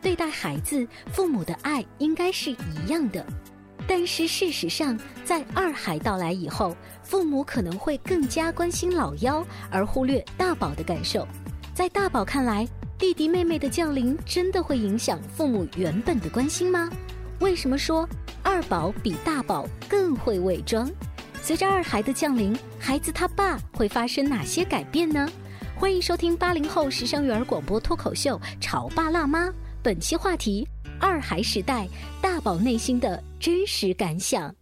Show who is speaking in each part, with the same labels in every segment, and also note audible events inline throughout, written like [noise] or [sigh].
Speaker 1: 对待孩子，父母的爱应该是一样的。但是事实上，在二孩到来以后，父母可能会更加关心老幺，而忽略大宝的感受。在大宝看来，弟弟妹妹的降临真的会影响父母原本的关心吗？为什么说二宝比大宝更会伪装？随着二孩的降临，孩子他爸会发生哪些改变呢？欢迎收听八零后时尚育儿广播脱口秀《潮爸辣妈》，本期话题：二孩时代大宝内心的真实感想。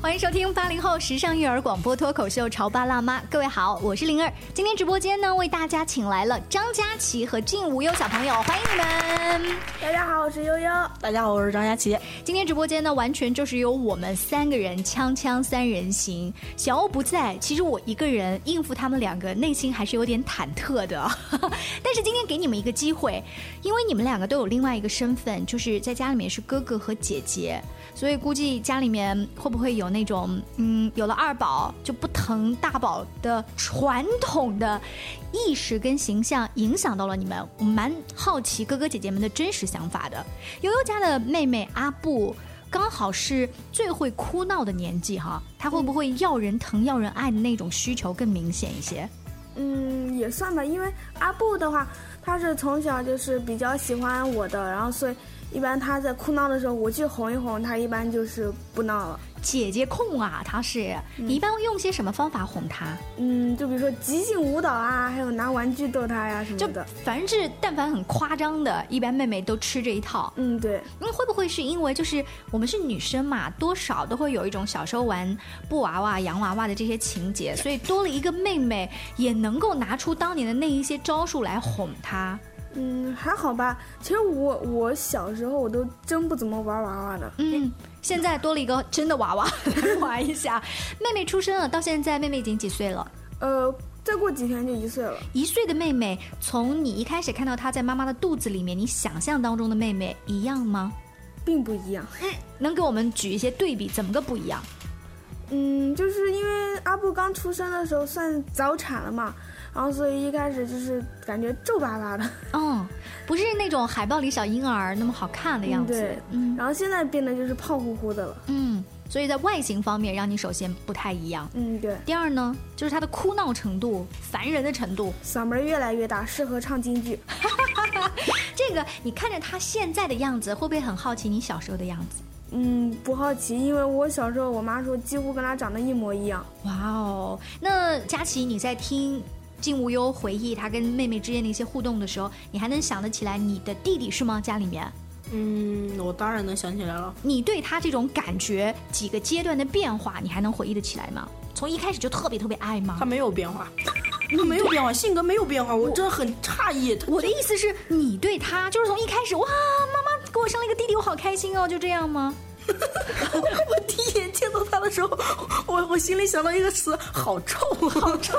Speaker 2: 欢迎收听八零后时尚育儿广播脱口秀《潮爸辣妈》，各位好，我是灵儿。今天直播间呢，为大家请来了张佳琪和靳无忧小朋友，欢迎你们。
Speaker 3: 大家好，我是悠悠。大家好，我是张佳琪。
Speaker 2: 今天直播间呢，完全就是由我们三个人锵锵三人行。小欧不在，其实我一个人应付他们两个，内心还是有点忐忑的。 [laughs] 但是今天给你们一个机会，因为你们两个都有另外一个身份，就是在家里面是哥哥和姐姐，所以估计家里面会不会有那种，嗯，有了二宝就不疼大宝的传统的意识跟形象影响到了你们。我蛮好奇哥哥姐姐们的真实想法的。悠悠家的妹妹阿布刚好是最会哭闹的年纪哈，她会不会要人疼、要人爱的那种需求更明显一些？
Speaker 3: 嗯，也算吧，因为阿布的话，他是从小就是比较喜欢我的，然后所以一般他在哭闹的时候，我去哄一哄他，一般就是不闹了。
Speaker 2: 姐姐控啊，她是、你一般会用些什么方法哄她？
Speaker 3: 嗯，就比如说即兴舞蹈啊，还有拿玩具逗他呀什
Speaker 2: 就
Speaker 3: 么的。
Speaker 2: 反正是但凡很夸张的，一般妹妹都吃这一套。
Speaker 3: 嗯，对，
Speaker 2: 嗯，会不会是因为就是我们是女生嘛，多少都会有一种小时候玩布娃娃、洋娃娃的这些情节，所以多了一个妹妹，也能够拿出当年的那一些招数来哄她。
Speaker 3: 嗯，还好吧。其实我我小时候我都真不怎么玩娃娃的。
Speaker 2: 嗯，现在多了一个真的娃 [laughs] 娃来玩一下。妹妹出生了，到现在妹妹已经几岁了？
Speaker 3: 呃，再过几天就一岁了。
Speaker 2: 一岁的妹妹，从你一开始看到她在妈妈的肚子里面，你想象当中的妹妹一样吗？
Speaker 3: 并不一样。
Speaker 2: 能给我们举一些对比，怎么个不一样？
Speaker 3: 嗯，就是因为阿布刚出生的时候算早产了嘛，然后所以一开始就是感觉皱巴巴 [laughs] 的。
Speaker 2: 嗯，不是那种海报里小婴儿那么好看的样
Speaker 3: 嗯
Speaker 2: 子
Speaker 3: 对。
Speaker 2: 嗯
Speaker 3: 然后现在变得就是胖乎乎的了。
Speaker 2: 嗯，所以在外形方面，让你首先不太一样。
Speaker 3: 嗯，对，
Speaker 2: 第二呢，就是她的哭闹程度、烦人的程度。
Speaker 3: 嗓门越来越大，适合唱京剧。
Speaker 2: 这个你看着她现在的样子，会不会很好奇你小时候的样子？
Speaker 3: 嗯，不好奇，因为我小时候我妈说几乎跟她长得一模一 [laughs] 样。
Speaker 2: 哇哦，那佳琪，你在听静无忧回忆她跟妹妹之间的一些互动的时候，你还能想得起来你的弟弟是吗？家里面，
Speaker 4: 嗯，我当然能想起来了。
Speaker 2: 你对他这种感觉几个阶段的变化，你还能回忆得起来吗？从一开始就特别特别爱吗
Speaker 4: 他？没有变化，他没有变化，性格没有变化，我真的很诧异。他
Speaker 2: 我的意思是，你对他就是从一开始哇，妈妈给我生了一个弟弟，我好开心哦，就这样吗？
Speaker 4: 我第一眼见到他的时候，我我心里想到一个词，好臭，啊好臭。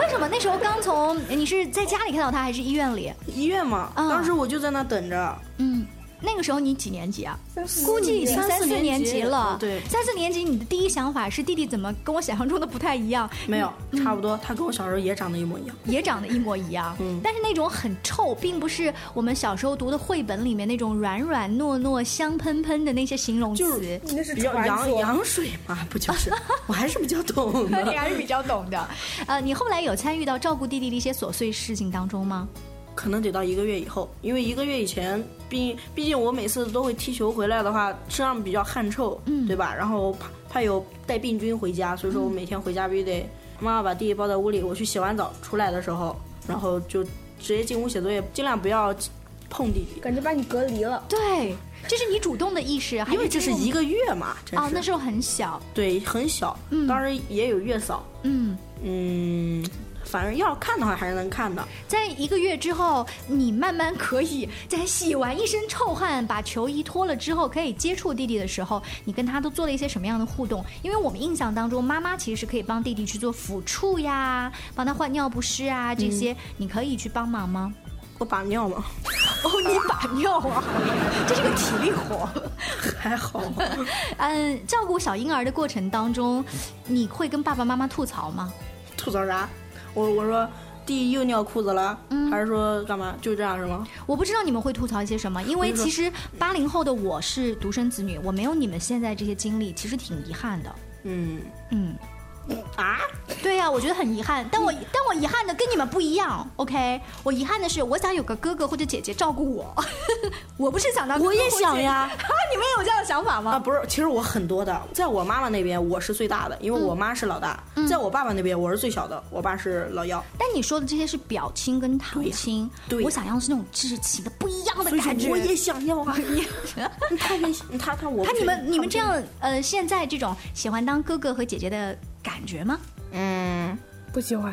Speaker 2: 为什么那时候刚从你是在家里看到他，还是医院里？
Speaker 4: 医院嘛，
Speaker 2: 嗯
Speaker 4: 当时我就在那等着，
Speaker 2: 嗯，那个时候你几年级啊？
Speaker 3: 三四
Speaker 2: 估计已经
Speaker 4: 三
Speaker 2: 三
Speaker 4: 四
Speaker 2: 四
Speaker 4: 年级
Speaker 2: 级了。
Speaker 4: 对
Speaker 2: 三四年级你的第一想法是弟弟怎么跟我想象中的不太一样？
Speaker 4: 没有，差不多，他跟我小时候也长得一模一样。
Speaker 2: 也长得一模一样，
Speaker 4: 嗯
Speaker 2: [laughs] 但是那种很臭，并不是我们小时候读的绘本里面那种软软糯糯、香喷喷的那些形容词。
Speaker 4: 就是
Speaker 3: 你那是
Speaker 4: 比较
Speaker 3: 嗯传
Speaker 4: 羊
Speaker 3: 说
Speaker 4: 羊水嘛，不就是？我还是比较
Speaker 2: [laughs] [laughs]
Speaker 4: 懂
Speaker 2: 你
Speaker 4: 的，
Speaker 2: 还是比较懂的，呃，你后来有参与到照顾弟弟的一些琐碎事情当中吗？
Speaker 4: 可能得到一个月以后，因为一个月以前，毕毕竟我每次都会踢球回来的话，身上比较汗臭，
Speaker 2: 嗯
Speaker 4: 对吧？然后怕怕有带病菌回家，所以说我每天回家必须得妈妈把弟弟抱在屋里，我去洗完澡出来的时候，然后就直接进屋写作业，尽量不要碰弟弟，
Speaker 3: 感觉把你隔离了。
Speaker 2: 对，这是你主动的意识，还
Speaker 4: 因为这是一
Speaker 2: 个
Speaker 4: 个月嘛，真是、
Speaker 2: 哦，那时候很小，
Speaker 4: 对很小，
Speaker 2: 嗯
Speaker 4: 当然也有月嫂，
Speaker 2: 嗯，
Speaker 4: 嗯，反正要看的话还是能看的。
Speaker 2: 在一个月之后，你慢慢可以在洗完一身臭汗、把球衣脱了之后，可以接触弟弟的时候，你跟他都做了一些什么样的互动？因为我们印象当中，妈妈其实是可以帮弟弟去做抚触呀，帮他换尿不湿啊这些，你可以去帮忙吗？ [laughs]
Speaker 4: 我把尿吗？ [laughs]
Speaker 2: 哦，你把尿啊，这是个体力活。
Speaker 4: 还好，
Speaker 2: 嗯，照顾小婴儿的过程当中，你会跟爸爸妈妈吐槽吗？
Speaker 4: 吐槽啥？我我说弟又尿裤子了，
Speaker 2: 嗯
Speaker 4: 还是说干嘛？就这样是吗？
Speaker 2: 我不知道你们会吐槽一些什么，因为其实八零后的我是独生子女，我没有你们现在这些经历，其实挺遗憾的。
Speaker 4: 嗯
Speaker 2: 嗯，
Speaker 4: 啊，
Speaker 2: 对呀、我觉得很遗憾，但我
Speaker 4: 嗯
Speaker 2: 但我遗憾的跟你们不一样，OK？我遗憾的是，我想有个哥哥或者姐姐照顾我， [laughs] 啊我不是想当哥哥
Speaker 4: 我也
Speaker 2: 或姐
Speaker 4: 想呀
Speaker 2: [laughs] 你们也有这样的想法
Speaker 4: [laughs] 啊，
Speaker 2: 吗？
Speaker 4: 不是，其实我很多的，在我妈妈那边我是最大的，因为我
Speaker 2: 嗯
Speaker 4: 妈是老大，在我爸爸那边我是最小的，我爸是老幺，
Speaker 2: 但你说的这些是表亲跟堂亲，
Speaker 4: 对呀
Speaker 2: 我想要的是那种稚气的不一样的
Speaker 4: 所以说
Speaker 2: 感觉。
Speaker 4: 我也想要啊。
Speaker 2: 你
Speaker 4: 他跟他他我不
Speaker 2: 看你
Speaker 4: 确
Speaker 2: 们
Speaker 4: 定
Speaker 2: 你们这，样呃，现在这种喜欢当哥哥和姐姐的感觉吗？
Speaker 4: 嗯，
Speaker 3: 不喜欢，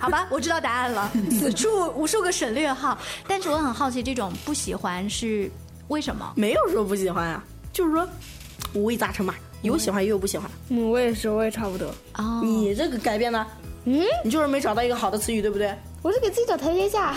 Speaker 2: 好吧，我知道答案了，此处无数个省略号。但是我很好奇，这种不喜欢是为什么？
Speaker 4: 没有说不喜欢啊，就是说五味杂陈嘛，有喜欢也有不喜欢。
Speaker 3: [laughs] 嗯，我也是，我也差不多。
Speaker 2: 哦，
Speaker 4: 你这个改变呢？
Speaker 3: 嗯，
Speaker 4: 你就是没找到一个好的词语，对不对？
Speaker 3: 我是给自己找台阶下。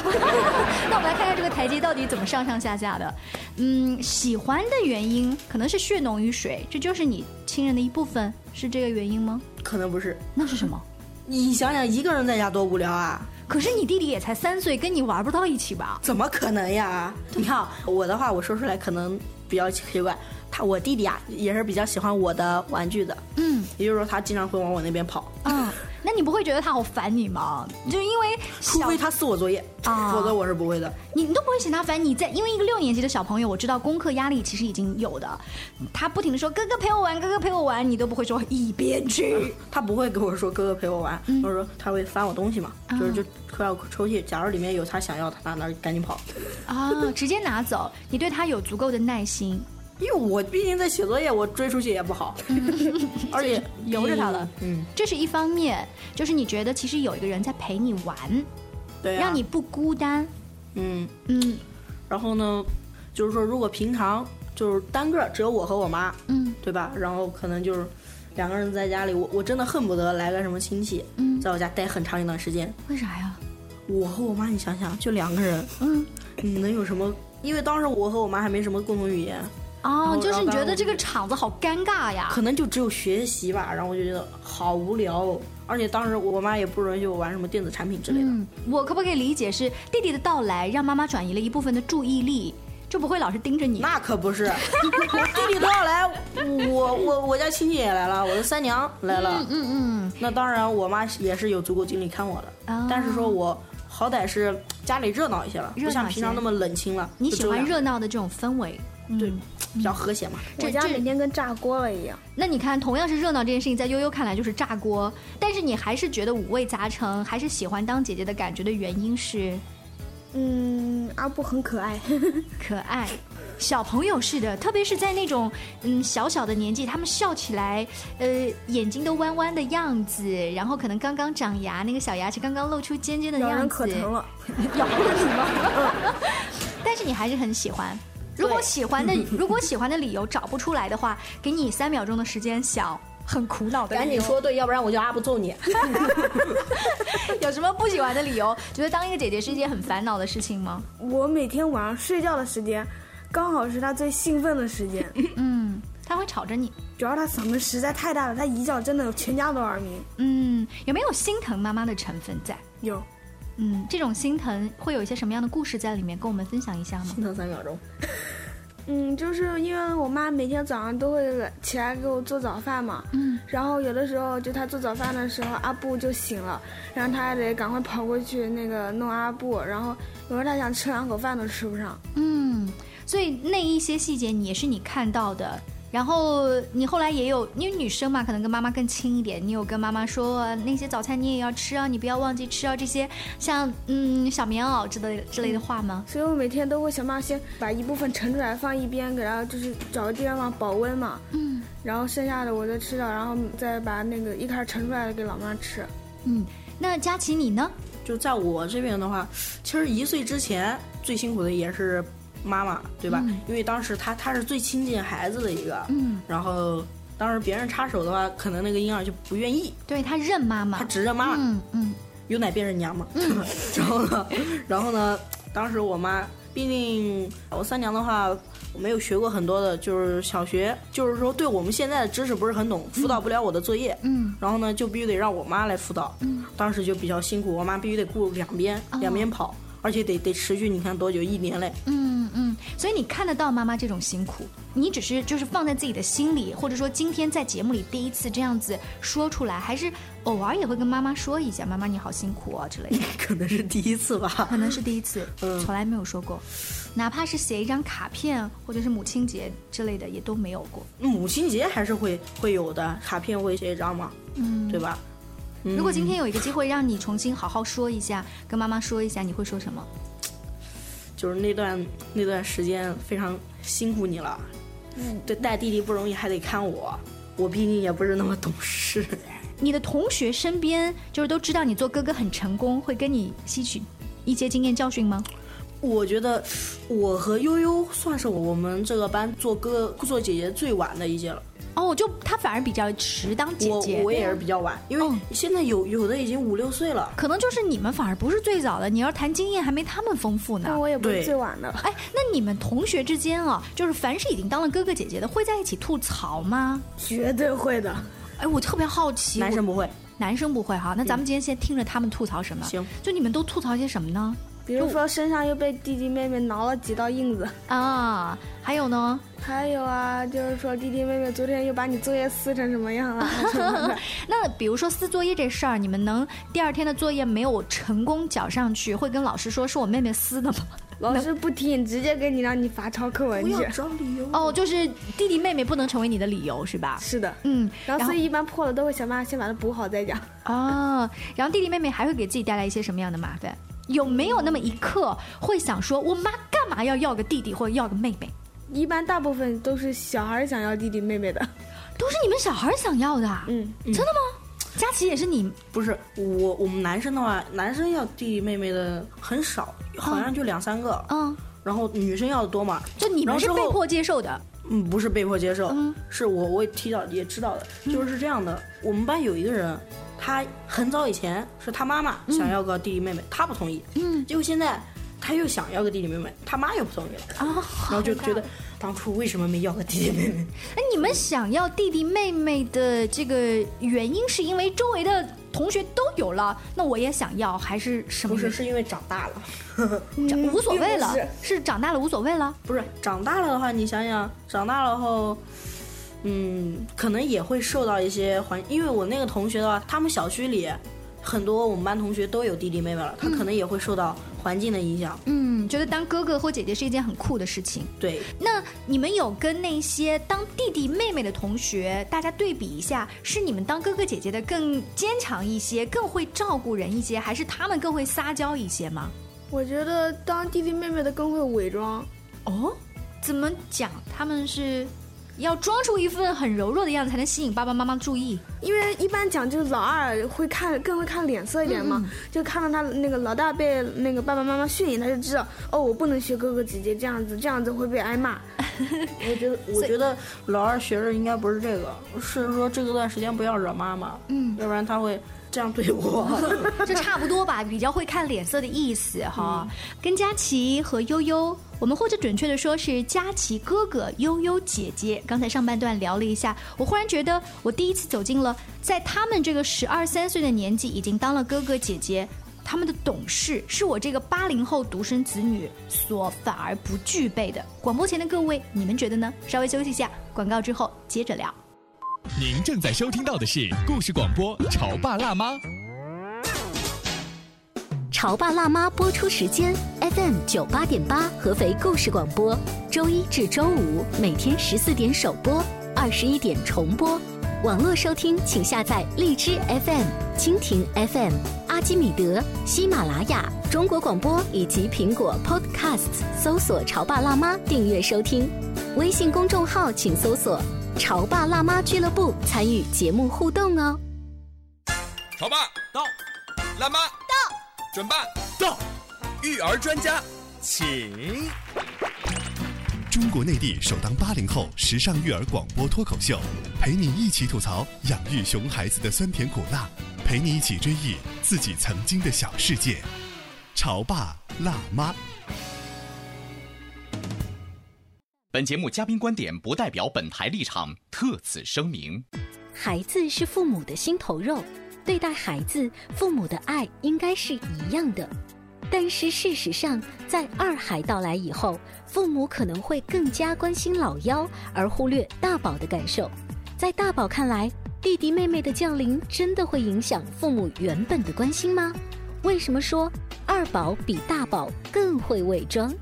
Speaker 2: 那我们来看看这个台阶到底怎么上上下下的。嗯，喜欢的原因可能是血浓于水，这就是你亲人的一部分，是这个原因吗？
Speaker 4: 可能不是。
Speaker 2: 那是什么？
Speaker 4: 你想想，一个人在家多无聊啊！
Speaker 2: 可是你弟弟也才三岁，跟你玩不到一起吧？
Speaker 4: 怎么可能呀？你看啊我的话，我说出来可能比较奇怪。他我弟弟啊，也是比较喜欢我的玩具的，
Speaker 2: 嗯
Speaker 4: 也就是说他经常会往我那边跑，
Speaker 2: 嗯，那你不会觉得他好烦你吗？就因为
Speaker 4: 除
Speaker 2: 小
Speaker 4: 非他撕我作业，
Speaker 2: 啊
Speaker 4: 否则我是不会的。
Speaker 2: 你你都不会嫌他烦，你在因为一个六年级的小朋友，我知道功课压力其实已经有的，他不停的说哥哥陪我玩，哥哥陪我玩，你都不会说一边去。
Speaker 4: 他不会跟我说哥哥陪我玩，
Speaker 2: 嗯
Speaker 4: 我说他会翻我东西嘛，
Speaker 2: 啊
Speaker 4: 就是就扣到抽屉，假如里面有他想要的，他拿那儿赶紧跑。
Speaker 2: [laughs] 啊，直接拿走，你对他有足够的耐心，
Speaker 4: 因为我毕竟在写作业，我追出去也不好， [laughs] 而且
Speaker 2: 嗯 [laughs] 由着他了。
Speaker 4: 嗯，
Speaker 2: 这是一方面，就是你觉得其实有一个人在陪你玩，
Speaker 4: 对、啊，
Speaker 2: 让你不孤单。
Speaker 4: 嗯。
Speaker 2: 嗯
Speaker 4: 然后呢，就是说如果平常就是单个儿只有我和我妈，
Speaker 2: 嗯
Speaker 4: 对吧？然后可能就是两个人在家里，我我真的恨不得来个什么亲戚，
Speaker 2: 嗯，
Speaker 4: 在我家待很长一段时间。
Speaker 2: 为啥呀？
Speaker 4: 我和我妈，你想想，就两个人，
Speaker 2: 嗯。
Speaker 4: 你能有什么？因为当时我和我妈还没什么共同语言，
Speaker 2: 哦，
Speaker 4: 后
Speaker 2: 就是
Speaker 4: 然后
Speaker 2: 你觉
Speaker 4: 当
Speaker 2: 得
Speaker 4: 然
Speaker 2: 这个场子好尴尬呀
Speaker 4: 可？能就只有学习吧。然后我就觉得好无聊、哦，而且当时我妈也不允许我玩什么电子产品之类的。
Speaker 2: 嗯，我可不可以理解是弟弟的到来让妈妈转移了一部分的注意力，就不会老是盯着你？
Speaker 4: 那可不是，我弟弟都要来，我我我家亲戚也来了，我的三娘来了，
Speaker 2: 嗯嗯，
Speaker 4: 那当然，我妈也是有足够精力看我的，
Speaker 2: 哦
Speaker 4: 但是说我好歹是家里热闹一些了，
Speaker 2: 热闹
Speaker 4: 不像平常
Speaker 2: 些
Speaker 4: 那么冷清了。
Speaker 2: 你
Speaker 4: 就
Speaker 2: 喜
Speaker 4: 这
Speaker 2: 欢
Speaker 4: 样，
Speaker 2: 热闹的这种氛围，
Speaker 4: 对
Speaker 2: 嗯，
Speaker 4: 比较和谐嘛。
Speaker 3: [laughs] 我
Speaker 2: 这
Speaker 3: 家
Speaker 2: 这
Speaker 3: 每天跟炸锅了一样。
Speaker 2: 那你看，同样是热闹这件事情，在悠悠看来就是炸锅，但是你还是觉得五味杂陈，还是喜欢当姐姐的感觉的原因是
Speaker 3: 嗯，阿布很可爱。
Speaker 2: 可爱，小朋友似的，特别是在那种嗯小小的年纪，他们笑起来，呃，眼睛都弯弯的样子，然后可能刚刚长牙，那个小牙齿刚刚露出尖尖的
Speaker 3: 咬
Speaker 2: 样子，
Speaker 3: 人可疼了，
Speaker 2: 咬了你吗？但是你还是很喜欢。 [laughs] 如果喜欢的，如果喜欢的理由找不出来的话，给你三秒钟的时间想，很苦恼的理由。
Speaker 4: 赶紧说对，要不然我就阿布揍你。 [laughs]
Speaker 2: [laughs] 有什么不喜欢的理由？觉得当一个姐姐是一件很烦恼的事情吗？
Speaker 3: 我每天晚上睡觉的时间，刚好是他最兴奋的时 [laughs] 间。
Speaker 2: 嗯，她会吵着你。
Speaker 3: 主要他嗓门实在太大了，他一叫真的全家都耳鸣。
Speaker 2: 嗯，有没有心疼妈妈的成分在？
Speaker 3: 有，
Speaker 2: 嗯，这种心疼会有一些什么样的故事在里面？跟我们分享一下吗？
Speaker 4: 心疼三秒钟。
Speaker 3: 嗯，就是因为我妈每天早上都会来起来给我做早饭嘛，
Speaker 2: 嗯，
Speaker 3: 然后有的时候就她做早饭的时候，阿布就醒了，然后她还得赶快跑过去那个弄阿布，然后有时候她想吃两口饭都吃不上。
Speaker 2: 嗯，所以那一些细节你也是你看到的。然后你后来也有，因为女生嘛，可能跟妈妈更亲一点。你有跟妈妈说呃那些早餐你也要吃啊，你不要忘记吃啊，这些像嗯小棉袄之类之类的话吗？
Speaker 3: 所以我每天都会想办法先把一部分盛出来放一边，给它就是找个地方放保温嘛，
Speaker 2: 嗯
Speaker 3: 然后剩下的我再吃掉，然后再把那个一开始盛出来的给老妈吃。
Speaker 2: 嗯。那佳琪你呢？
Speaker 4: 就在我这边的话，其实一岁之前最辛苦的也是妈妈，对吧？因为当时她她是最亲近孩子的一个，
Speaker 2: 嗯，
Speaker 4: 然后当时别人插手的话，可能那个婴儿就不愿意，
Speaker 2: 对她认妈妈
Speaker 4: 他，指着妈妈，
Speaker 2: 嗯嗯
Speaker 4: 有奶便是娘嘛。 [laughs] 然后呢，然后呢，当时我妈，毕竟我三娘的话，我没有学过很多的，就是小学，就是说对我们现在的知识不是很懂，辅导不了我的作业。
Speaker 2: 嗯
Speaker 4: 然后呢，就必须得让我妈来辅导。当时就比较辛苦，我妈必须得顾两边，
Speaker 2: 哦
Speaker 4: 两边跑，而且得得持续，你看多久？一年嘞。 [laughs]
Speaker 2: 嗯嗯。所以你看得到妈妈这种辛苦，你只是就是放在自己的心里，或者说今天在节目里第一次这样子说出来，还是偶尔也会跟妈妈说一下，妈妈你好辛苦啊之类的。
Speaker 4: 可能是第一次吧 [laughs]
Speaker 2: 可，能是第一次，
Speaker 4: 嗯
Speaker 2: 从来没有说过，哪怕是写一张卡片或者是母亲节之类的，也都没有过。
Speaker 4: 母亲节还是会会有的，卡片会写一张嘛，
Speaker 2: 嗯
Speaker 4: 对吧？
Speaker 2: 如果今天有一个机会让你重新好好说一下，跟妈妈说一下，你会说什么？
Speaker 4: 就是那段那段时间非常辛苦你了，嗯，对，带弟弟不容易，还得看我，我毕竟也不是那么懂事，
Speaker 2: 你的同学身边就是都知道你做哥哥很成功，会跟你吸取一些经验教训吗？
Speaker 4: 我觉得我和悠悠算是我们这个班做哥做姐姐最晚的一届了，
Speaker 2: 哦，就他反而比较迟当姐姐
Speaker 4: 我我也是比较晚，因为
Speaker 2: 嗯
Speaker 4: 现在有有的已经五六岁了。
Speaker 2: 可能就是你们反而不是最早的，你要谈经验还没他们丰富呢。
Speaker 3: 但我也不
Speaker 4: 对
Speaker 3: 是最晚的，
Speaker 2: 哎，那你们同学之间啊，就是凡是已经当了哥哥姐姐的，会在一起吐槽吗？
Speaker 3: 绝对会的。
Speaker 2: 哎，我特别好奇，
Speaker 4: 男生嗯
Speaker 2: 我
Speaker 4: 不会，
Speaker 2: 男生不会哈。那咱们今天先听着他们吐槽什么？
Speaker 4: 行，
Speaker 2: 就你们都吐槽些什么呢？
Speaker 3: 比如说身上又被弟弟妹妹挠了几道印子，
Speaker 2: 啊，还有呢？
Speaker 3: 还有啊，就是说弟弟妹妹昨天又把你作业撕成什么样 [laughs] 了？
Speaker 2: 那比如说撕作业这事儿，你们能第二天的作业没有成功交上去，会跟老师说是我妹妹撕的吗？
Speaker 3: 老师不提你，直接给你让你罚抄课文
Speaker 4: 不
Speaker 3: 去
Speaker 4: 要。找理由。
Speaker 2: 哦，就是弟弟妹妹不能成为你的理由是吧？
Speaker 3: 是的，
Speaker 2: 嗯，
Speaker 3: 然后
Speaker 2: 然后
Speaker 3: 所以一般破了都会想办法先把它补好再讲。
Speaker 2: 啊，然后弟弟妹妹还会给自己带来一些什么样的麻烦？有没有那么一刻会想说，我妈干嘛要要个弟弟或者要个妹妹？
Speaker 3: 一般大部分都是小孩想要弟弟妹妹的。
Speaker 2: 都是你们小孩想要的啊？
Speaker 3: 嗯，
Speaker 2: 佳琪也是你
Speaker 4: 不是我，我们男生的话，男生要弟弟妹妹的很少，好像就两三个，
Speaker 2: 嗯，
Speaker 4: 然后女生要的多嘛。
Speaker 2: 就你们
Speaker 4: 然后
Speaker 2: 是
Speaker 4: 之
Speaker 2: 被
Speaker 4: 后
Speaker 2: 迫接受的。
Speaker 4: 嗯，不是被迫接受，
Speaker 2: 嗯
Speaker 4: 是我我也提到也知道的，就是这样的。我们班有一个人，他很早以前是他妈妈想要个弟弟妹妹，他不同意，
Speaker 2: 嗯
Speaker 4: 结果现在他又想要个弟弟妹妹，他妈又不同意了，
Speaker 2: 啊，
Speaker 4: 然后就觉得当初为什么没要个弟弟妹
Speaker 2: [laughs]
Speaker 4: 妹？
Speaker 2: 哎，你们想要弟弟妹妹的这个原因，是因为周围的同学都有了，那我也想要，还是什么
Speaker 4: 不是，
Speaker 2: 原
Speaker 4: [laughs] 是因为长大了，
Speaker 2: 因？长无所谓了
Speaker 3: 嗯并，
Speaker 2: 是长大了无所谓了。
Speaker 4: 不是长大了的话，你想想，长大了后。嗯，可能也会受到一些环，因为我那个同学的话，他们小区里很多我们班同学都有弟弟妹妹了，他可能也会受到环境的影响。
Speaker 2: 嗯，觉得当哥哥或姐姐是一件很酷的事情。
Speaker 4: 对，
Speaker 2: 那你们有跟那些当弟弟妹妹的同学，大家对比一下，是你们当哥哥姐姐的更坚强一些，更会照顾人一些，还是他们更会撒娇一些吗？
Speaker 3: 我觉得当弟弟妹妹的更会伪装，
Speaker 2: 哦，怎么讲？他们是要装出一份很柔弱的样子，才能吸引爸爸妈妈注意。
Speaker 3: 因为一般讲就是老二会看更会看脸色一点嘛，就看到他那个老大被那个爸爸妈妈训赢，他就知道哦，我不能学哥哥姐姐这样子，这样子会被挨骂。
Speaker 4: 我觉得，我觉得老二学的应该不是这个，是说这个段时间不要惹妈妈，嗯，要不然他会这样对 [laughs] 我。
Speaker 2: 这差不多吧，比较会看脸色的意思哈。跟佳琪和悠悠，我们或者准确的说是佳琪哥哥、悠悠姐姐。刚才上半段聊了一下，我忽然觉得我第一次走进了在他们这个十二三岁的年纪，已经当了哥哥姐姐。他们的懂事是我这个八零后独生子女所反而不具备的。广播前的各位，你们觉得呢？稍微休息一下，广告之后接着聊。
Speaker 5: 您正在收听到的是故事广播《潮爸辣妈》。
Speaker 1: 《潮爸辣妈》播出时间：FM 九八点八，合肥故事广播，周一至周五每天十四点首播，二十一点重播。网络收听，请下载荔枝 FM、蜻蜓 FM、阿基米德、喜马拉雅、中国广播以及苹果 Podcasts，搜索“潮爸辣妈”订阅收听。微信公众号请搜索“潮爸辣妈俱乐部”，参与节目互动哦。
Speaker 6: 潮爸到，辣妈到，准爸到，育儿专家，请。
Speaker 7: 中国内地首档八零后时尚育儿广播脱口秀，陪你一起吐槽养育熊孩子的酸甜苦辣，陪你一起追忆自己曾经的小世界。潮爸辣妈，
Speaker 8: 本节目嘉宾观点不代表本台立场，特此声明。
Speaker 1: 孩子是父母的心头肉，对待孩子，父母的爱应该是一样的。但是事实上，在二孩到来以后，父母可能会更加关心老幺，而忽略大宝的感受。在大宝看来，弟弟妹妹的降临真的会影响父母原本的关心吗？为什么说二宝比大宝更会伪装？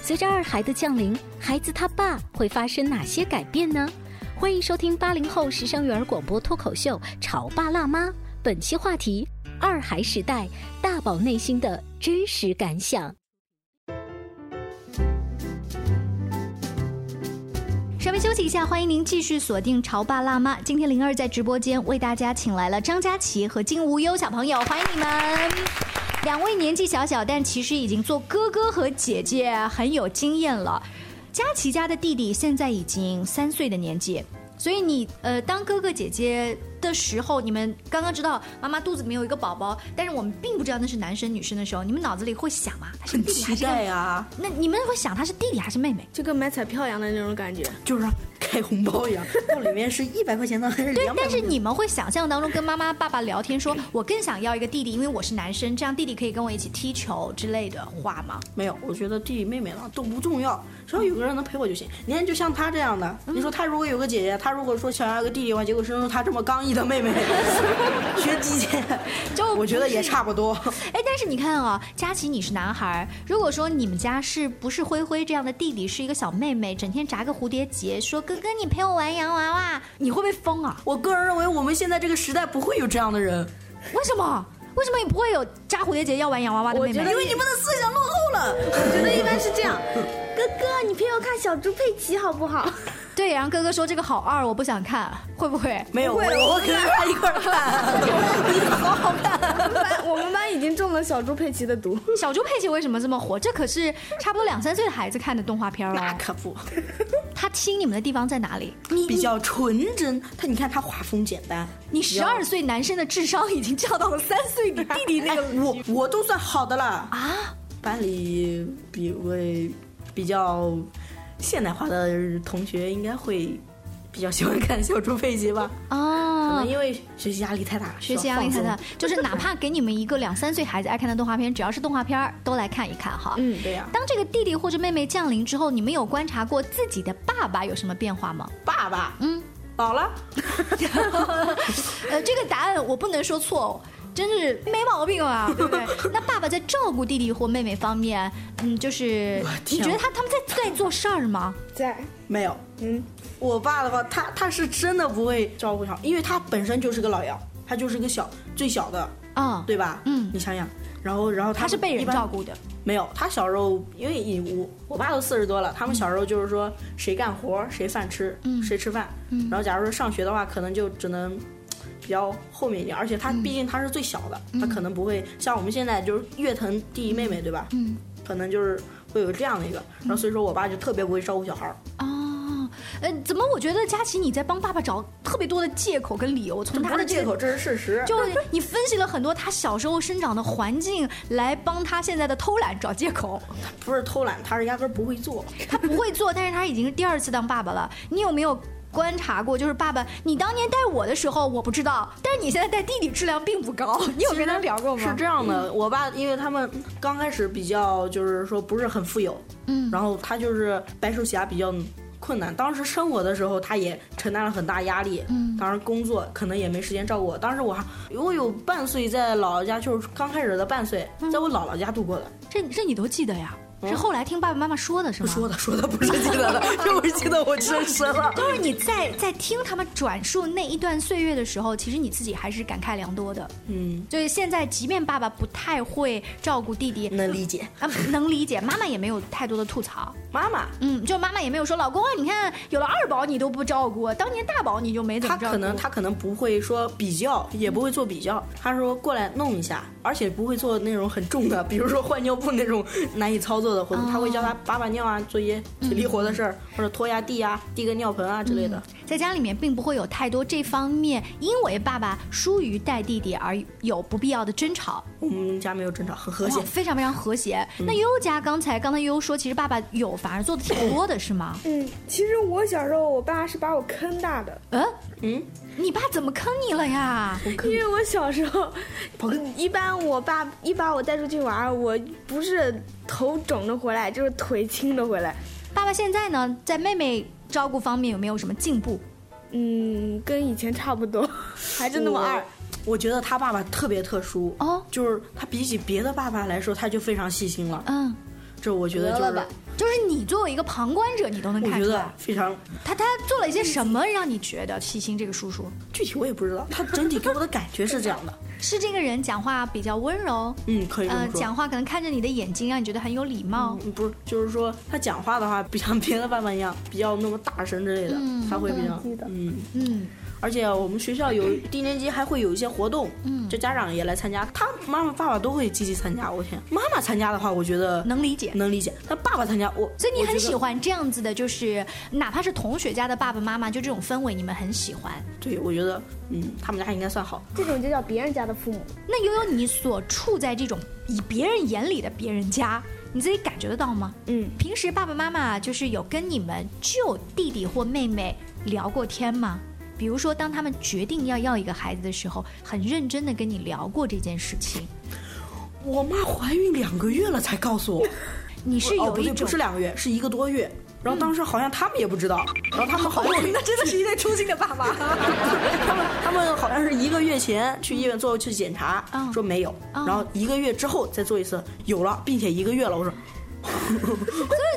Speaker 1: 随着二孩的降临，孩子他爸会发生哪些改变呢？欢迎收听八零后时尚育儿广播脱口秀《潮爸辣妈》，本期话题：二孩时代大宝内心的真实感想。
Speaker 2: 稍微休息一下，欢迎您继续锁定《潮爸辣妈》。今天灵儿在直播间为大家请来了张佳琪和金无忧小朋友，欢迎你们。两位年纪小小，但其实已经做哥哥和姐姐很有经验了。佳琪家的弟弟现在已经三岁的年纪，所以你呃当哥哥姐姐的时候，你们刚刚知道妈妈肚子里面有一个宝宝，但是我们并不知道那是男生女生的时候，你们脑子里会想吗？他是弟弟还
Speaker 4: 期
Speaker 2: 是妹
Speaker 4: 待
Speaker 2: 妹？
Speaker 4: 呀、
Speaker 2: 那你们会想他是弟弟还是妹妹？
Speaker 3: 就跟买彩票一样的那种感觉。
Speaker 4: 就是让开红包一 [laughs] 样，到里面是一百块钱的还是
Speaker 2: 对
Speaker 4: 两，百？
Speaker 2: 但是你们会想象当中跟妈妈、爸爸聊天说，我更想要一个弟弟，因为我是男生，这样弟弟可以跟我一起踢球之类的话吗？
Speaker 4: 没有，我觉得弟弟妹妹了都不重要，只要有个人能陪我就行。你看，就像他这样的，你说他如果有个姐姐，他如果说想要一个弟弟的话，结果生出他这么刚毅的妹妹， [laughs] 学姐姐，
Speaker 2: 就
Speaker 4: 我觉得也
Speaker 2: 不是
Speaker 4: 差不多。
Speaker 2: 哎，但是你看啊、佳琪你是男孩儿，如果说你们家是不是灰灰这样的弟弟是一个小妹妹，整天扎个蝴蝶结，说哥哥你陪我玩洋娃娃，你会不会疯啊？
Speaker 4: [laughs] 我个人认为，我们现在这个时代不会有这样的人，
Speaker 2: 为什么？为什么你不会有扎蝴蝶结要玩洋娃
Speaker 3: 哎
Speaker 2: 娃的妹妹？
Speaker 4: 因为你们的思想落后了。
Speaker 3: 我觉得一般是这样，哥哥，你陪我看小猪佩奇好不好？
Speaker 2: 对，然后哥哥说这个好二，我不想看，会不会？
Speaker 4: 没有，我我可能跟他一块儿看，你好好看。
Speaker 3: 班 [laughs] 我们班已经中了小猪佩奇的毒。
Speaker 2: 小猪佩奇为什么这么火？这可是差不多两三岁的孩子看的动画片
Speaker 4: 那
Speaker 2: 了。
Speaker 4: [laughs] 可不，
Speaker 2: 他亲你们的地方在哪里？
Speaker 4: 比较纯真。他你看他画风简单，
Speaker 2: 你十二岁男生的智商已经降到了三岁你弟弟那
Speaker 4: 哎
Speaker 2: 个
Speaker 4: 我我都算好的了。
Speaker 2: 啊！
Speaker 4: 班里比会比较现代化的同学应该会比较喜欢看小猪佩奇吧？可
Speaker 2: 哦
Speaker 4: 能，因为学习压力太大了，
Speaker 2: 学习压力太大，就是哪怕给你们一个两三岁孩子爱看的动画片，只要是动画片儿都来看一看哈。
Speaker 4: 嗯，对呀、
Speaker 2: 当这个弟弟或者妹妹降临之后，你们有观察过自己的爸爸有什么变化吗？
Speaker 4: 爸爸，
Speaker 2: 嗯，
Speaker 4: 老了，
Speaker 2: 呃，这个答案我不能说错、哦，真是没毛病啊，对不 [laughs] 对？那爸爸在照顾弟弟或妹妹方面，嗯，就是你
Speaker 4: 天
Speaker 2: 觉得
Speaker 4: 啊
Speaker 2: 他他们在在做事儿吗？
Speaker 3: 在，
Speaker 4: 没有，
Speaker 3: 嗯，
Speaker 4: 我爸的话，他他是真的不会照顾好，因为他本身就是个老幺，他就是个小最小的，
Speaker 2: 啊、
Speaker 4: 对吧？
Speaker 2: 嗯
Speaker 4: 你想想，然后然后
Speaker 2: 他是被人照顾的，
Speaker 4: 没有，他小时候因为已我我爸都四十多了，他们小时候就是说谁干活谁饭吃，谁吃饭。
Speaker 2: 嗯嗯
Speaker 4: 然后假如说上学的话，可能就只能比较后面一点，而且他
Speaker 2: 嗯
Speaker 4: 毕竟他是最小的，他可能不会像我们现在就是越疼弟弟妹妹，对吧？
Speaker 2: 嗯，
Speaker 4: 可能就是会有这样的一个，然后所以说我爸就特别不会照顾小孩儿，
Speaker 2: 哦，呃，怎么我觉得佳琪你在帮爸爸找特别多的借口跟理由？从他
Speaker 4: 不
Speaker 2: 的
Speaker 4: 是借口，这是事实。
Speaker 2: [laughs] 就你分析了很多他小时候生长的环境，来帮他现在的偷懒找借口。
Speaker 4: [laughs] 不是偷懒，他是压根儿不会做。
Speaker 2: 他不会做，但是他已经是第二次当爸爸了。你有没有观察过？就是爸爸，你当年带我的时候我不知道，但是你现在带弟弟质量并不高。 [laughs] 你有跟他聊过吗？
Speaker 4: 是这样的，我爸因为他们刚开始比较就是说不是很富有，
Speaker 2: 嗯
Speaker 4: 然后他就是白手起家比较困难。当时生活的时候，他也承担了很大压力，
Speaker 2: 嗯
Speaker 4: 当时工作可能也没时间照顾我。当时我还我有半岁在姥姥家，就是刚开始的半岁，
Speaker 2: 嗯
Speaker 4: 在我姥姥家度过的。
Speaker 2: 这这你都记得呀？
Speaker 4: 嗯
Speaker 2: 是后来听爸爸妈妈哦说的，是吗？。
Speaker 4: 说的说的不是记得的， [laughs] 这不是记得我真实了
Speaker 2: 就是你在在听他们转述那一段岁月的时候，其实你自己还是感慨良多的。
Speaker 4: 嗯，
Speaker 2: 就是现在，即便爸爸不太会照顾弟弟，
Speaker 4: 能理解
Speaker 2: 啊，能理解。妈妈也没有太多的吐槽，
Speaker 4: 妈妈
Speaker 2: 嗯，就妈妈也没有说老公啊，你看有了二宝你都不照顾，当年大宝你就没怎
Speaker 4: 他
Speaker 2: 么照顾。
Speaker 4: 可能他可能不会说比较，也不会做比较。他说过来弄一下，而且不会做那种很重的， [laughs] 比如说换尿布那种难以操作的活
Speaker 2: 哦
Speaker 4: 动。他会教他把把尿啊，做一些体力活的事
Speaker 2: 嗯
Speaker 4: 儿，或者拖下地啊、递个尿盆啊之类的。
Speaker 2: 在家里面并不会有太多这方面，因为爸爸疏于带弟弟而有不必要的争吵。
Speaker 4: 我们家没有争吵，很和谐嗯
Speaker 2: 哇。非常非常和谐。那悠悠家刚才刚才悠悠说，其实爸爸有反而做的挺多的，是吗？
Speaker 3: 嗯，其实我小时候，我爸是把我坑大的。
Speaker 2: 嗯
Speaker 4: 嗯，
Speaker 2: 你爸怎么坑你了呀？
Speaker 3: [laughs] 因为我小时候，一般我爸一把我带出去玩儿，我不是头肿着回来，就是腿青着回来。
Speaker 2: 爸爸现在呢，在妹妹照顾方面有没有什么进步？
Speaker 3: 嗯，跟以前差不多，还是那么二。
Speaker 4: 我。我觉得他爸爸特别特殊
Speaker 2: 哦，
Speaker 4: 就是他比起别的爸爸来说，他就非常细心了。
Speaker 2: 嗯，
Speaker 4: 这我觉得就
Speaker 2: 得了
Speaker 4: 是
Speaker 2: 吧，就是你作为一个旁观者，你都能
Speaker 4: 我
Speaker 2: 看
Speaker 4: 觉
Speaker 2: 出
Speaker 4: 得嗯
Speaker 2: 来，
Speaker 4: 非常
Speaker 2: 他他做了一些什么让你觉得细心这个叔叔？
Speaker 4: 具体，我也不知道。他整体给我的感觉是这样的。
Speaker 2: 是这个人讲话比较温柔，
Speaker 4: 嗯，可以这么
Speaker 2: 呃，
Speaker 4: 说。
Speaker 2: 讲话可能看着你的眼睛，让你觉得很有礼貌。
Speaker 4: 嗯，不是，就是说他讲话的话，不像别的爸爸一样比较那么大声之类的，
Speaker 2: 嗯
Speaker 4: 他会比较
Speaker 3: 垃圾的
Speaker 4: 嗯。
Speaker 2: 嗯
Speaker 4: 而且我们学校有低年级还会有一些活动，
Speaker 2: 嗯
Speaker 4: 这家长也来参加，他妈妈爸爸都会积极参加。我天，妈妈参加的话，我觉得
Speaker 2: 能理解
Speaker 4: 能理解，但爸爸参加我，
Speaker 2: 所以你
Speaker 4: 嗯我觉
Speaker 2: 很
Speaker 4: 得
Speaker 2: 喜。欢这样子的，就是哪怕是同学家的爸爸妈妈，就这种氛围，你们很喜欢。
Speaker 4: 对，我觉得嗯，他们家应该算好。
Speaker 3: 这种就叫别人家的父母。
Speaker 2: 那悠悠，你所处在这种以别人眼里的别人家，你自己感觉得到吗？
Speaker 3: 嗯，
Speaker 2: 平时爸爸妈妈就是有跟你们就弟弟或妹妹聊过天吗？比如说，当他们决定要要一个孩子的时候，很认真的跟你聊过这件事情，
Speaker 4: 我妈怀孕两个月了才告诉 [laughs] 我，
Speaker 2: 你是
Speaker 4: 哦，
Speaker 2: 有
Speaker 4: 不
Speaker 2: 一
Speaker 4: 对，不
Speaker 2: 种
Speaker 4: 是两个月，是一个多月。然后当时好像他们也不知道，然后他们好像 [laughs] 那真的是一对出镜的爸妈， [laughs] 他们他们好像是一个月前去医院做去检查，
Speaker 2: 嗯
Speaker 4: 说没有，
Speaker 2: 嗯
Speaker 4: 然后一个月之后再做一次，有了，并且一个月了。我说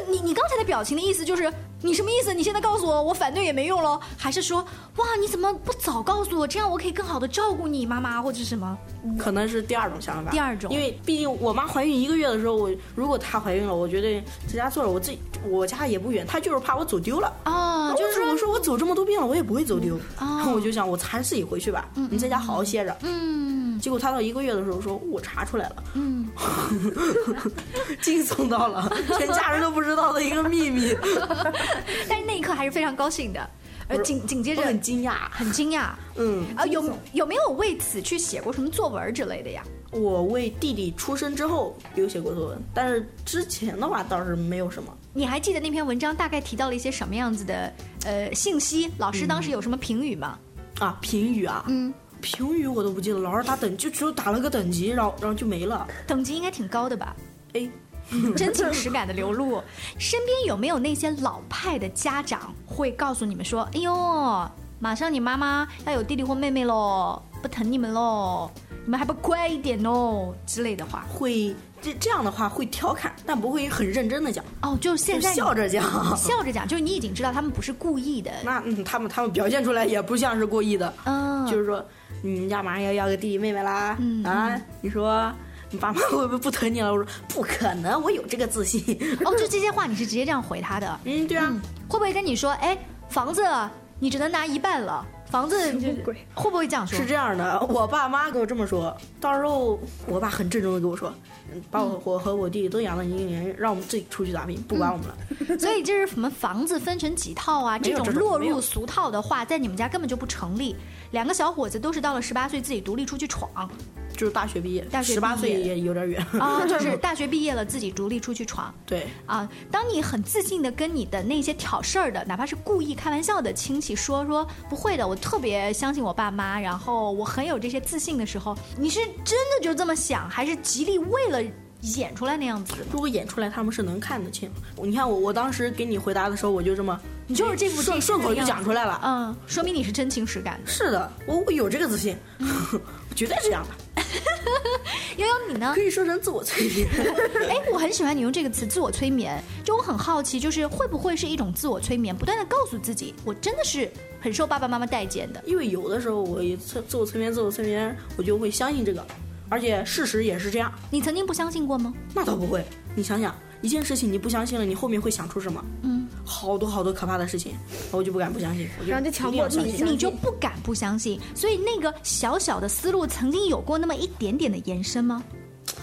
Speaker 2: 你你刚才的表情的意思就是你什么意思？你现在告诉我，我反对也没用喽？还是说，哇，你怎么不早告诉我？这样我可以更好的照顾你妈妈或者什么？
Speaker 4: 可能嗯是第二种想法，
Speaker 2: 第二种
Speaker 4: 因为毕竟我妈怀孕一个月的时候，我如果她怀孕了，我绝对在家坐着，我自己我家也不远，她就是怕我走丢了。
Speaker 2: 哦，就是
Speaker 4: 我说我走这么多遍了，我也不会走丢。
Speaker 2: 嗯哦
Speaker 4: 然后我就想，我还是自己回去吧，你在家好好歇着。
Speaker 2: 嗯
Speaker 4: 结果她到一个月的时候说，我查出来了，
Speaker 2: 嗯，
Speaker 4: [laughs] 惊悚到了，全家人都不知道的一个秘
Speaker 2: [laughs]
Speaker 4: 密，
Speaker 2: 但是那一刻还是非常高兴的，呃，
Speaker 4: 我
Speaker 2: 紧紧接
Speaker 4: 我
Speaker 2: 着
Speaker 4: 很惊讶。
Speaker 2: 很惊讶
Speaker 4: 嗯，
Speaker 2: 啊，有有没有为此去写过什么作文之类的呀？
Speaker 4: 我为弟弟出生之后有写过作文，但是之前的话倒是没有什么。
Speaker 2: 你还记得那篇文章大概提到了一些什么样子的呃信息？老师当时有什么评语吗？
Speaker 4: 啊，评语啊，
Speaker 2: 嗯，
Speaker 4: 评语我都不记得，老师打等就只有打了个等级，然后然后就没了。
Speaker 2: 等级应该挺高的吧？
Speaker 4: 哎，
Speaker 2: 真情实感的流露。身边有没有那些老派的家长会告诉你们说：“哎呦，马上你妈妈要有弟弟或妹妹喽，不疼你们喽，你们还不乖一点哦之类的话
Speaker 4: 会这这样的话会调侃，但不会很认真的讲，？”
Speaker 2: 哦，就是现
Speaker 4: 就
Speaker 2: 在你
Speaker 4: 笑着
Speaker 2: [laughs]
Speaker 4: 讲。
Speaker 2: 笑着讲，就是你已经知道他们不是故意的，
Speaker 4: [laughs] 那嗯，他们他们表现出来也不像是故意的，
Speaker 2: [laughs] 嗯，
Speaker 4: 就是说你们家马上要要个弟弟妹妹啦，
Speaker 2: 嗯
Speaker 4: 啊，你说你爸妈会不会不疼你了？”我说：“不可能，我有这个自信。” [laughs]
Speaker 2: 哦，就这些话你是直接这样回他的？
Speaker 4: 嗯，对啊。
Speaker 2: 会不会跟你说：“哎，房子你只能拿一半了，房子会不会这样说？”
Speaker 4: 是这样的，我爸妈给我这么说。到时候我爸很郑重的跟我说：“嗯把我我和我弟弟都养到一个年，让我们自己出去打拼，不管我们了。
Speaker 2: 嗯”所以这是什么房子分成几套啊？这种落入俗套的话，在你们家根本就不成立。两个小伙子都是到了十八岁自己独立出去 [laughs] 闯。
Speaker 4: 就是大学毕业，
Speaker 2: 大学
Speaker 4: 十八岁也有点远 [laughs]
Speaker 2: 啊、哦，就是大学毕业了自己独立出去闯。
Speaker 4: 对
Speaker 2: 啊，当你很自信的跟你的那些挑事儿的，哪怕是故意开玩笑的亲戚说说不会的，我特别相信我爸妈，然后我很有这些自信的时候，你是真的就这么想，还是极力为了？演出来那样子，
Speaker 4: 如果演出来，他们是能看得清。你看我，我当时给你回答的时候，我就这么，
Speaker 2: 你就是这副
Speaker 4: 顺顺口就讲出来了，
Speaker 2: 嗯，说明你是真情实感的。
Speaker 4: 是的，我我有这个自信，
Speaker 2: 嗯
Speaker 4: 我 [laughs] 绝对这样的。
Speaker 2: 悠悠，你呢？
Speaker 4: 可以说成自我催眠。 [laughs]
Speaker 2: 哎我很喜欢你用这个词“自我催眠”，就我很好奇，就是会不会是一种自我催眠，不断的告诉自己，我真的是很受爸爸妈妈待见的。
Speaker 4: 因为有的时候我自自我催眠，自我催眠，我就会相信这个。而且事实也是这样。
Speaker 2: 你曾经不相信过吗？
Speaker 4: 那倒不会。你想想，一件事情你不相信了，你后面会想出什么？
Speaker 2: 嗯，
Speaker 4: 好多好多可怕的事情，我就不敢不相信。我
Speaker 3: 然后就强迫
Speaker 2: 你，你就不敢不相信。所以那个小小的思路曾经有过那么一点点的延伸吗？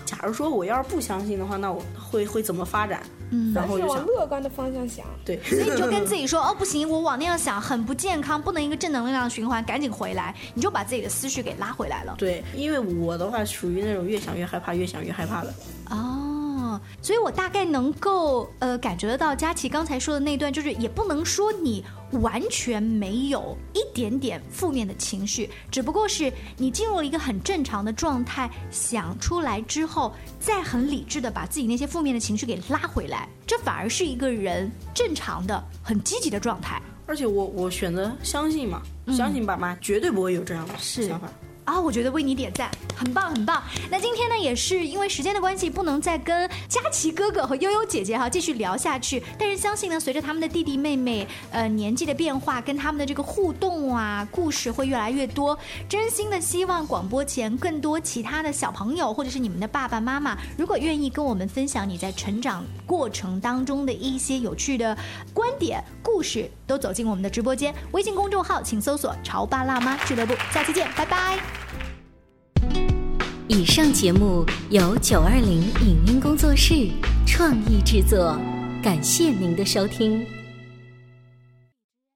Speaker 4: 假如说我要是不相信的话，那我会会怎么发展？
Speaker 2: 嗯，
Speaker 4: 然后就
Speaker 3: 往乐观的方向想。
Speaker 4: 对， [laughs]
Speaker 2: 所以你就跟自己说，哦，不行，我往那样想很不健康，不能一个正能量循环，赶紧回来，你就把自己的思绪给拉回来了。
Speaker 4: 对，因为我的话属于那种越想越害怕，越想越害怕的。
Speaker 2: 哦，所以我大概能够呃感觉得到，佳琪刚才说的那段，就是也不能说你完全没有一点点负面的情绪，只不过是你进入了一个很正常的状态，想出来之后，再很理智的把自己那些负面的情绪给拉回来。这反而是一个人正常的、很积极的状态。
Speaker 4: 而且我我选择相信嘛，嗯、相信爸妈绝对不会有这样的想法。
Speaker 2: 啊，我觉得为你点赞，很棒很棒。那今天呢，也是因为时间的关系，不能再跟佳琪哥哥和悠悠姐姐哈、啊、继续聊下去。但是相信呢，随着他们的弟弟妹妹呃年纪的变化，跟他们的这个互动啊，故事会越来越多。真心的希望广播前更多其他的小朋友，或者是你们的爸爸妈妈，如果愿意跟我们分享你在成长过程当中的一些有趣的观点、故事，都走进我们的直播间。微信公众号请搜索“潮爸辣妈俱乐部”，下期见，拜拜。
Speaker 1: 以上节目由九二零影音工作室创意制作，感谢您的收听。